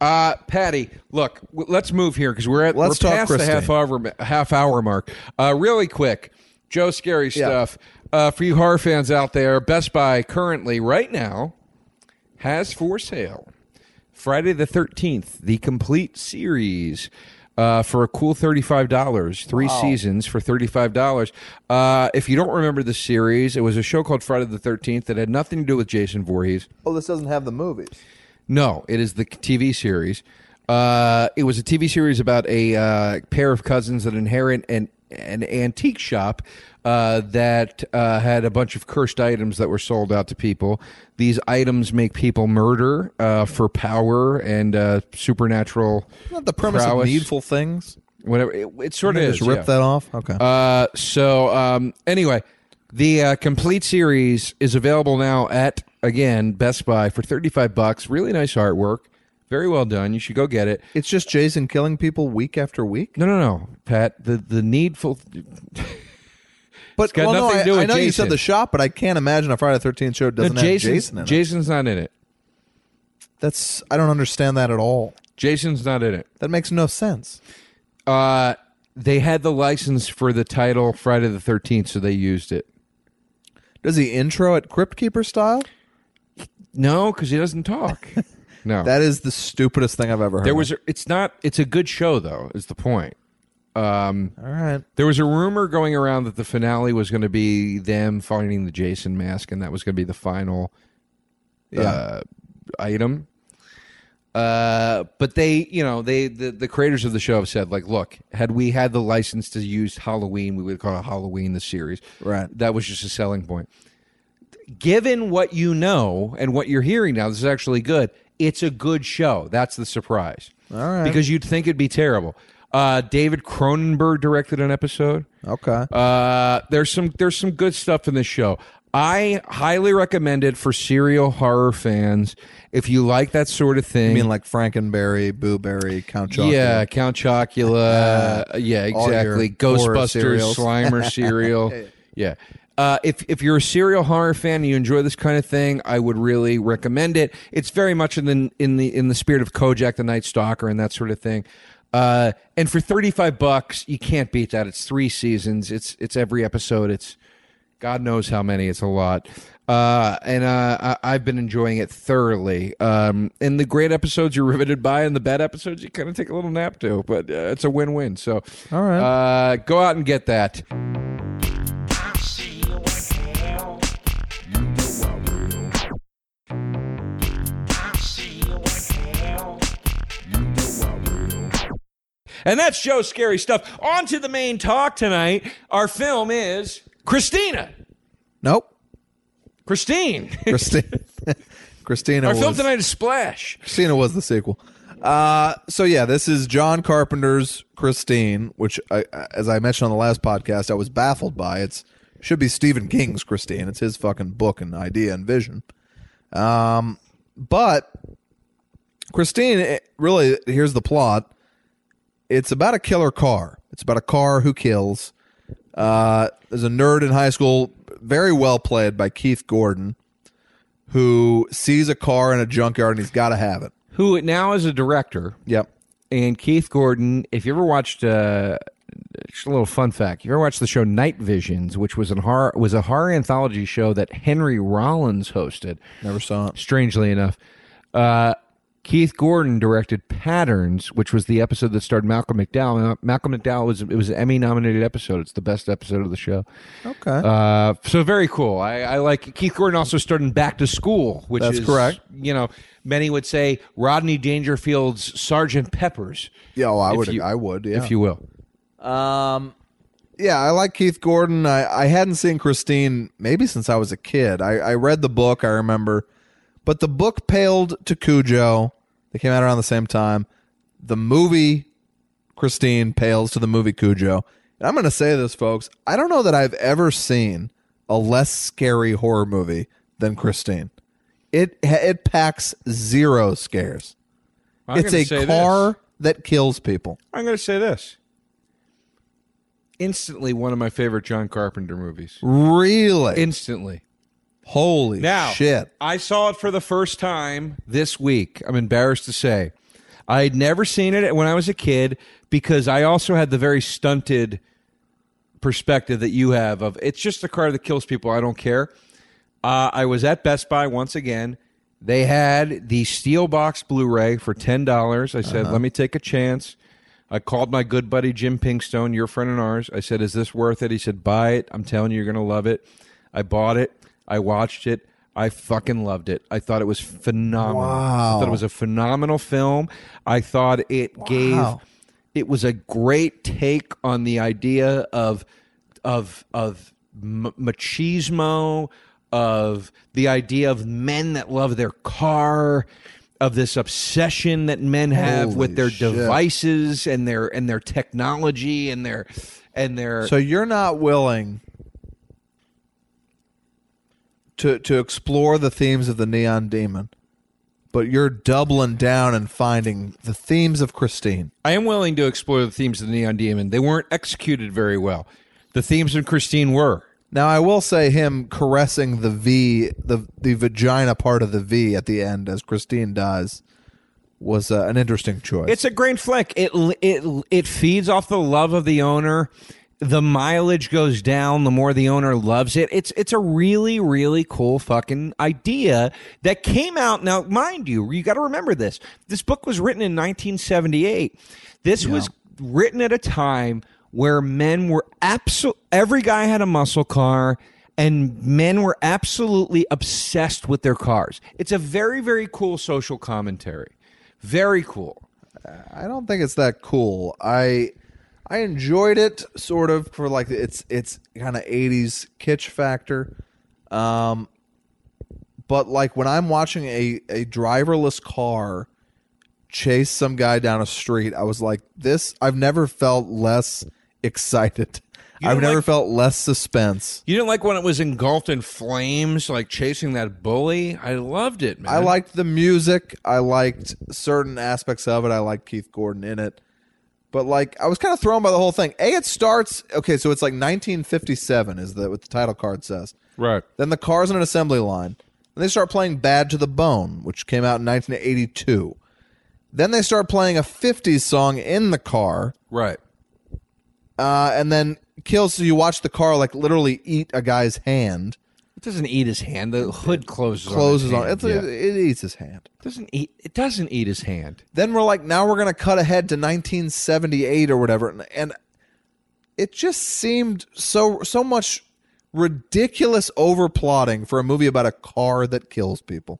uh, Patty, look, w- let's move here because we're at Let's we're talk past the Christine. half hour ma- half hour mark. Uh, really quick, Joe, scary stuff uh, for you horror fans out there. Best Buy currently, right now, has for sale Friday the 13th, the complete series. Uh, for a cool $35, three seasons for $35. Uh, if you don't remember the series, it was a show called Friday the 13th that had nothing to do with Jason Voorhees. Oh, this doesn't have the movies. No, it is the TV series. Uh, it was a TV series about a uh, pair of cousins that inherit an an antique shop uh, that uh, had a bunch of cursed items that were sold out to people. These items make people murder uh, for power and uh, supernatural. Not the premise prowess. of Needful Things. Whatever it, it sort They of is. just rip yeah. that off. Okay. Uh, so um, anyway, the uh, complete series is available now at again Best Buy for thirty five bucks. Really nice artwork, very well done. You should go get it. it's just Jason killing people week after week. No, no, no, Pat. The the needful. But got well, no, nothing I, to do with I know you Jason. said the shop, but I can't imagine a Friday the Thirteenth show doesn't Jason's, have Jason in it. Jason's not in it. That's I don't understand that at all. Jason's not in it. That makes no sense. Uh, they had the license for the title Friday the 13th, so they used it. Does he intro at Crypt Keeper style? No, because he doesn't talk. No. That is the stupidest thing I've ever heard. there was, it's not, it's a good show, though, is the point. all right. There was a rumor going around that the finale was going to be them finding the Jason mask, and that was going to be the final uh, item. Uh, but they, you know, they the, the creators of the show have said, like, look, had we had the license to use Halloween, we would call it Halloween the series. Right. That was just a selling point. Given what you know and what you're hearing now, this is actually good. It's a good show. That's the surprise. All right. Because you'd think it'd be terrible. Uh, David Cronenberg directed an episode. Okay. Uh, there's some there's some good stuff in this show. I highly recommend it for serial horror fans. If you like that sort of thing, I mean like Frankenberry, Booberry, Count Chocula. yeah, Count Chocula, uh, yeah, all your exactly. horror Ghostbusters, serials. Slimer cereal, yeah. Uh, if if you're a serial horror fan and you enjoy this kind of thing, I would really recommend it. It's very much in the in the in the spirit of Kojak the Night Stalker and that sort of thing. Uh, and for thirty five bucks, you can't beat that. It's three seasons. It's it's every episode. It's God knows how many. It's a lot. Uh, and uh, I, I've been enjoying it thoroughly. Um, and the great episodes you're riveted by, and the bad episodes you kind of take a little nap to. But uh, it's a win win. So, All right. uh, go out and get that. And that's Joe's scary stuff. On to the main talk tonight. Our film is Christina. Nope. Christine. Christina Christina Our film was tonight is Splash. Christina was the sequel. Uh, so yeah, this is John Carpenter's Christine, which I, as I mentioned on the last podcast, I was baffled by. It's should be Stephen King's Christine. It's his fucking book and idea and vision. Um, but Christine, it- really, here's the plot. It's about a killer car. It's about a car who kills. Uh, there's a nerd in high school, very well played by Keith Gordon, who sees a car in a junkyard and he's got to have it. Who now is a director. Yep. and Keith Gordon. If you ever watched, uh, just a little fun fact, you ever watched the show Night Visions, which was an horror was a horror anthology show that Henry Rollins hosted. Never saw it. Strangely enough, uh, Keith Gordon directed Patterns, which was the episode that starred Malcolm McDowell. Now, Malcolm McDowell was it was an Emmy nominated episode. It's the best episode of the show. Okay. Uh, so very cool. I, I like Keith Gordon also starred in Back to School, which That's is correct. You know, many would say Rodney Dangerfield's Sergeant Pepper's. yeah, well, I if would. you- I would. Yeah. if you will. yeah, I like Keith Gordon. I, I hadn't seen Christine maybe since I was a kid. I, I read the book. I remember, but the book paled to Cujo. They came out around the same time. The movie Christine pales to the movie Cujo. And I'm going to say this, folks. I don't know that I've ever seen a less scary horror movie than Christine. It it packs zero scares. I'm it's gonna a say car This. that kills people. I'm going to say this. Instantly, one of my favorite John Carpenter movies. Really? Instantly. Holy Now, shit. I saw it for the first time this week. I'm embarrassed to say. I had never seen it when I was a kid because I also had the very stunted perspective that you have of it's just a car that kills people. I don't care. Uh, I was at Best Buy once again. They had the steel box Blu-ray for ten dollars. I said, "Let me take a chance." I called my good buddy Jim Pinkstone, your friend and ours. I said, "Is this worth it?" He said, "Buy it. I'm telling you, you're gonna love it." I bought it. I watched it. I fucking loved it. I thought it was phenomenal. I thought it was a phenomenal film. I thought it Wow. gave it was a great take on the idea of of of m- machismo of the idea of men that love their car of this obsession that men have Holy with their shit. devices and their and their technology and their and their So you're not willing to to explore the themes of the Neon Demon, but you're doubling down and finding the themes of Christine. I am willing to explore the themes of the Neon Demon. They weren't executed very well. The themes in Christine were. Now I will say him caressing the V, the the vagina part of the V at the end as Christine dies was uh, an interesting choice. It's a great flick. It it it feeds off the love of the owner. The mileage goes down the more the owner loves it. It's it's a really really cool fucking idea that came out. Now, mind you, you got to remember this. This book was written in 1978. This was written at a time where men were absolute. Every guy had a muscle car and men were absolutely obsessed with their cars. It's a very very cool social commentary. Very cool. I don't think it's that cool. I I enjoyed it sort of for like it's it's kind of 80s kitsch factor. Um but like when I'm watching a a driverless car chase some guy down a street, I was like this I've never felt less excited. You I've don't never like- felt less suspense. You didn't like when it was engulfed in flames, like chasing that bully. I loved it, man. I liked the music. I liked certain aspects of it. I liked Keith Gordon in it. But like I was kind of thrown by the whole thing. A it starts okay, so it's like 1957 is the what the title card says. Right. Then the car's on an assembly line. And they start playing Bad to the Bone, which came out in 1982. Then they start playing a 50s song in the car Right. uh, and then kills so you watch the car like literally eat a guy's hand, It doesn't eat his hand. The hood closes. closes on. on his it's, yeah. it eats his hand. It doesn't eat. It doesn't eat his hand. then we're like now we're going to cut ahead to 1978 or whatever and, and it just seemed so so much ridiculous overplotting for a movie about a car that kills people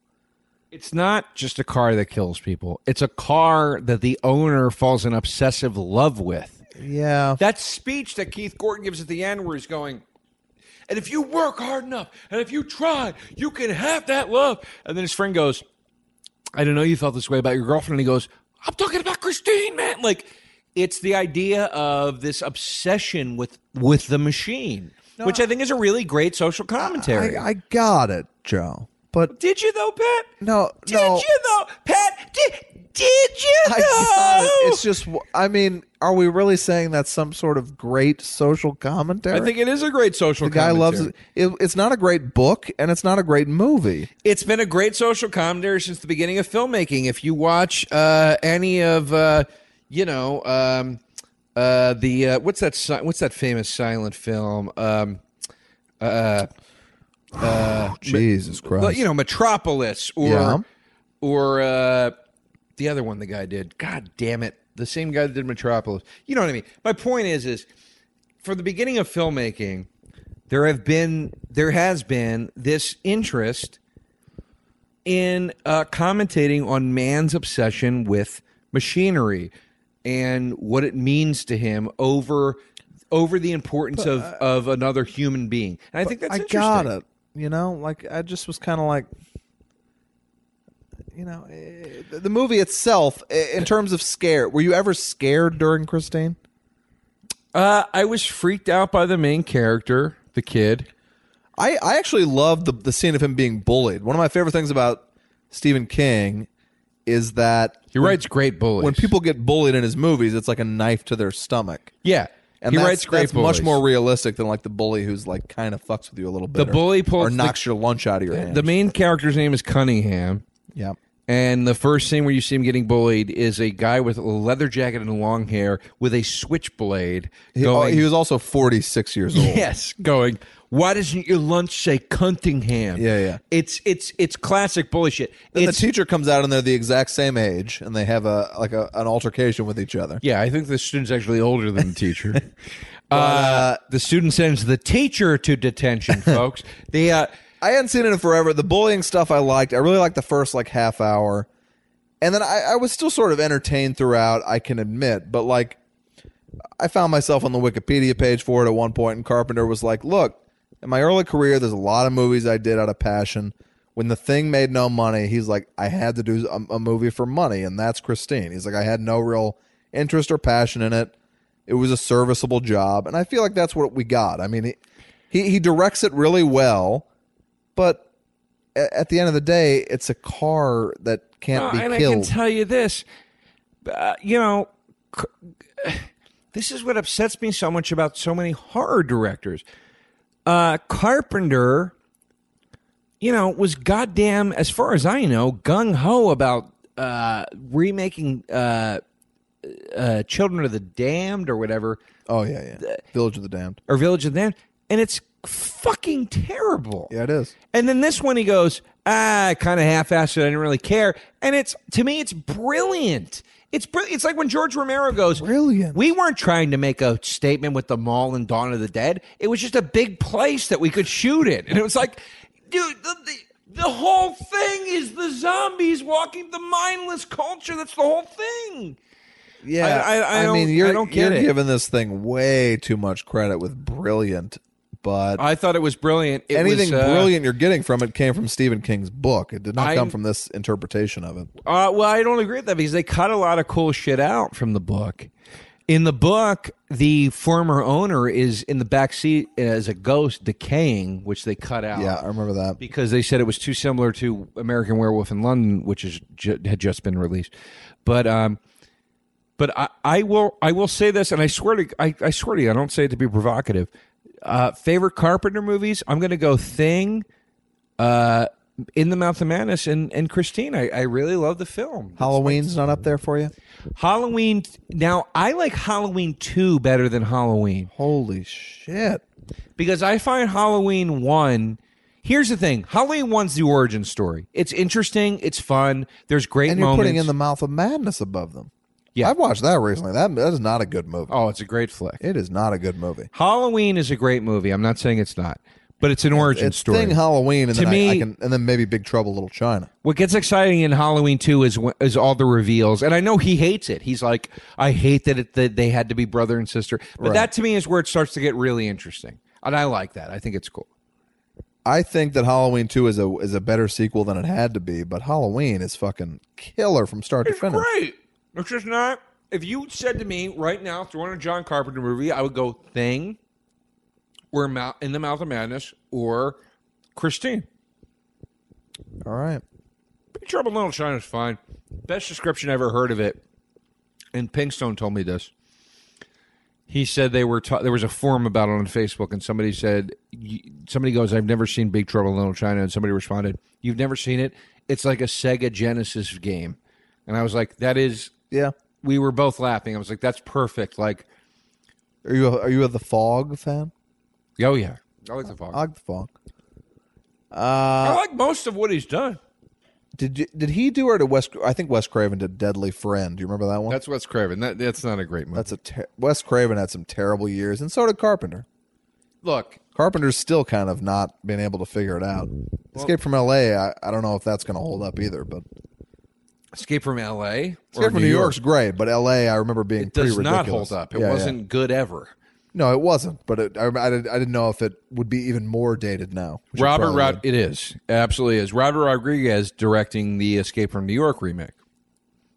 It's not just a car that kills people. It's a car that the owner falls in obsessive love with. yeah That speech that Keith Gordon gives at the end, where he's going, and if you work hard enough, and if you try, you can have that love. And then his friend goes, I don't know you felt this way about your girlfriend. And he goes, I'm talking about Christine, man. Like, it's the idea of this obsession with with the machine, which I think is a really great social I, commentary. I got it joe but did you though, Pat? no Did no you though, Pat? Did, did you I got though? it. it's just i mean are we really saying that's some sort of great social commentary I think it is a great social. the guy loves commentary. it. it it's not a great book and it's not a great movie It's been a great social commentary since the beginning of filmmaking. If you watch uh, any of, uh, you know, um, uh, the uh, what's that? Si- what's that famous silent film? Um, jesus christ but, you know, Metropolis or Yeah. or uh, the other one the guy did. God damn it, the same guy that did Metropolis. You know what I mean? My point is, is from the beginning of filmmaking, there have been there has been this interest in uh, commentating on man's obsession with machinery and what it means to him over over the importance of of another human being. And I think that's uh, I interesting. got it. You know, like I just was kind of like, you know, eh, the the movie itself, eh, in terms of scare, were you ever scared during Christine? Uh, I was freaked out by the main character, the kid. I, I actually love the, the scene of him being bullied. One of my favorite things about Stephen King is that He writes great bullies. when people get bullied in his movies, it's like a knife to their stomach. yeah, And he that's, writes great that's bullies. much more realistic than like the bully who's like kind of fucks with you a little bit. or- bully pulls or the- knocks your lunch out of your hand. The main character's name is Cunningham, yeah. and the first scene where you see him getting bullied is a guy with a leather jacket and long hair with a switchblade He, oh, going. he was also 46 years old. yes, going. Why doesn't your lunch say Cunningham? Yeah, yeah. It's it's it's classic bullshit. Then the It's teacher comes out and they're the exact same age, and they have a like a, an altercation with each other. Yeah, I think the student's actually older than the teacher. uh, the student sends the teacher to detention, folks. They uh, I hadn't seen it in forever. The bullying stuff I liked. I really liked the first like half hour, and then I, I was still sort of entertained throughout. I can admit, but like I found myself on the Wikipedia page for it at one point, and Carpenter was like, "Look, in my early career, there's a lot of movies I did out of passion. When the thing made no money, he's like, I had to do a, a movie for money, and that's Christine. He's like, I had no real interest or passion in it. It was a serviceable job, and I feel like that's what we got. I mean, he he, he directs it really well, but a- at the end of the day, it's a car that can't Uh, be and I can killed. tell you this, uh, you know, c- this is what upsets me so much about so many horror directors. uh, Carpenter, you know, was goddamn, as far as I know, gung ho about uh, remaking uh, uh, Children of the Damned or whatever, Oh yeah, yeah. Village of the Damned. or Village of the Damned, and it's fucking terrible. Yeah, it is. And then this one, he goes, ah, kind of half-assed. it. I didn't really care. And it's to me, it's brilliant. It's brilliant. It's like when George Romero goes, Brilliant. We weren't trying to make a statement with the mall and Dawn of the Dead. It was just a big place that we could shoot in, and it was like, dude, the. the the whole thing is the zombies walking the mindless culture. That's the whole thing. Yeah, I- I- I don't- mean, you're I don't get you're it. giving this thing way too much credit with brilliant, but I thought it was brilliant. It anything was, uh, brilliant you're getting from it came from Stephen King's book. It did not I'm- come from this interpretation of it. Uh, well, I don't agree with that because they cut a lot of cool shit out from the book. In the book, the former owner is in the back seat as a ghost decaying, which they cut out Yeah, I remember that. because they said it was too similar to American Werewolf in London, which is ju- had just been released. But um, but I, I will I will say this, and I swear to I, I swear to you, I don't say it to be provocative. Uh, favorite Carpenter movies? I'm going to go Thing, uh, In the Mouth of Madness, and and Christine. I, I really love the film. Halloween's not up there for you. Halloween. Now I like Halloween two better than Halloween Holy shit! because I find Halloween one. Here's the thing: Halloween one's the origin story. It's interesting. It's fun. There's great And you're moments. putting in the mouth of madness above them. Yeah. I've watched that recently. That that is not a good movie. oh, it's a great flick. It is not a good movie. Halloween is a great movie. I'm not saying it's not, but it's an origin It's story. thing Halloween, and To then I, I me- can, and then maybe Big Trouble Little China. what gets exciting in Halloween two is wh- is all the reveals, and I know he hates it. He's like, I hate that it, that they had to be brother and sister, but that to me is where it starts to get really interesting, and I like that. I think it's cool. I think that Halloween Two is a is a better sequel than it had to be, but Halloween is fucking killer from start to finish. Great. It's just not. If you said to me right now, throw in a John Carpenter movie, I would go Thing, or Mou- In the Mouth of Madness, or Christine. All right, Big Trouble in Little China is fine. Best description I ever heard of it. And Pinkstone told me this. He said they were ta- there was a forum about it on Facebook, and somebody said y- somebody goes, "I've never seen Big Trouble in Little China," and somebody responded, "You've never seen it? It's like a Sega Genesis game." And I was like, "That is yeah. we were both laughing. I was like, "That's perfect!" Like, Are you a, are you a The Fog fan? oh yeah, I like the fog. I I, like The Fog. like most of what he's done. Did you, did he do or did Wes? I think Wes Craven did Deadly Friend. Do you remember that one? That's Wes Craven. That, that's not a great movie. That's a ter- Wes Craven had some terrible years, and so did Carpenter. Look, Carpenter's still kind of not been able to figure it out. Escape from L.A. I, I don't know if that's going to hold up either, but Escape from L.A. Escape from New York's great, but L.A. I remember being York pretty does not ridiculous. hold up. It Yeah, yeah. wasn't good ever. No, it wasn't. But it, I, I, did, I didn't know if it would be even more dated now. which it Robert probably Rod, would. it is It absolutely is Robert Rodriguez directing the Escape from New York remake.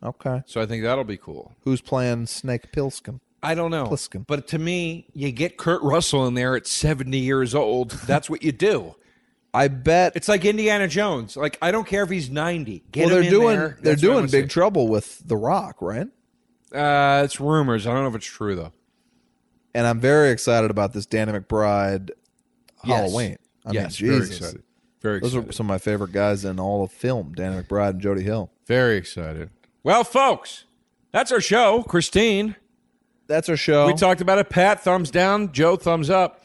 Okay. So I think that'll be cool. Who's playing Snake Pilskin? I don't know, Pliskin. but to me, you get Kurt Russell in there at seventy years old. That's what you do. I bet. It's like Indiana Jones. Like I don't care if he's ninety. Get well, him they're in doing there. they're That's what I doing would Big say. Trouble with The Rock, right? Uh, it's rumors. I don't know if it's true though. And I'm very excited about this Danny McBride Yes. Halloween. I yes, mean, very Jesus. excited. Very Those excited. are some of my favorite guys in all of film: Danny McBride and Jody Hill. Very excited. Well, folks, that's our show. Christine, That's our show. we talked about it. Pat, thumbs down. Joe, thumbs up.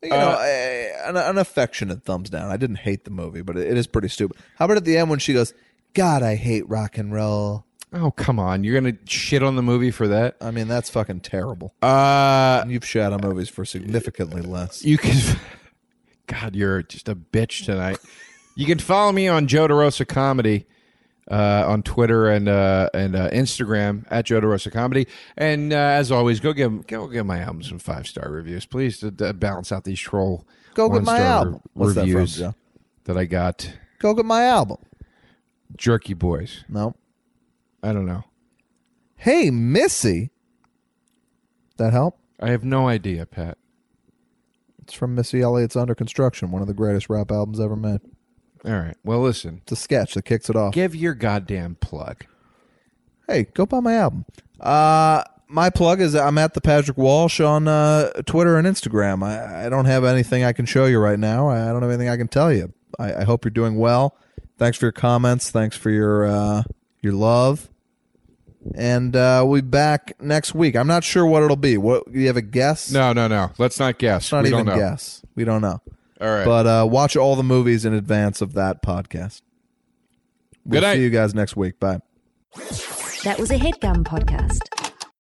you know, uh, a- an, an affectionate thumbs down. I didn't hate the movie, but it, it is pretty stupid. How about at the end when she goes, "God, I hate rock and roll." Oh, come on. You're going to shit on the movie for that? I mean, that's fucking terrible. Uh, You've shot on movies for significantly less. you can. God, you're just a bitch tonight. you can follow me on Joe DeRosa Comedy uh, on Twitter and uh, and uh, Instagram at Joe DeRosa Comedy. And uh, as always, go give go give my album some five star reviews, please, to, to balance out these troll Go get my one-star album. re- What's that from, reviews Joe? that I got. Go get my album. Jerky Boys. No. I don't know. Hey, Missy. That help? I have no idea, Pat. It's from Missy Elliott's Under Construction, one of the greatest rap albums ever made. All right. Well, listen. It's a sketch that kicks it off. Give your goddamn plug. hey, go buy my album. Uh, my plug is I'm at the Patrick Walsh on uh, Twitter and Instagram. I, I don't have anything I can show you right now. I, I don't have anything I can tell you. I, I hope you're doing well. Thanks for your comments. Thanks for your uh, your love. And uh, we'll be back next week. I'm not sure what it'll be. What do you have a guess? No, no, no. Let's not guess. not we even don't know. guess. We don't know. All right. But uh, watch all the movies in advance of that podcast. We'll Good night. see you guys next week. Bye. That was a headgum podcast.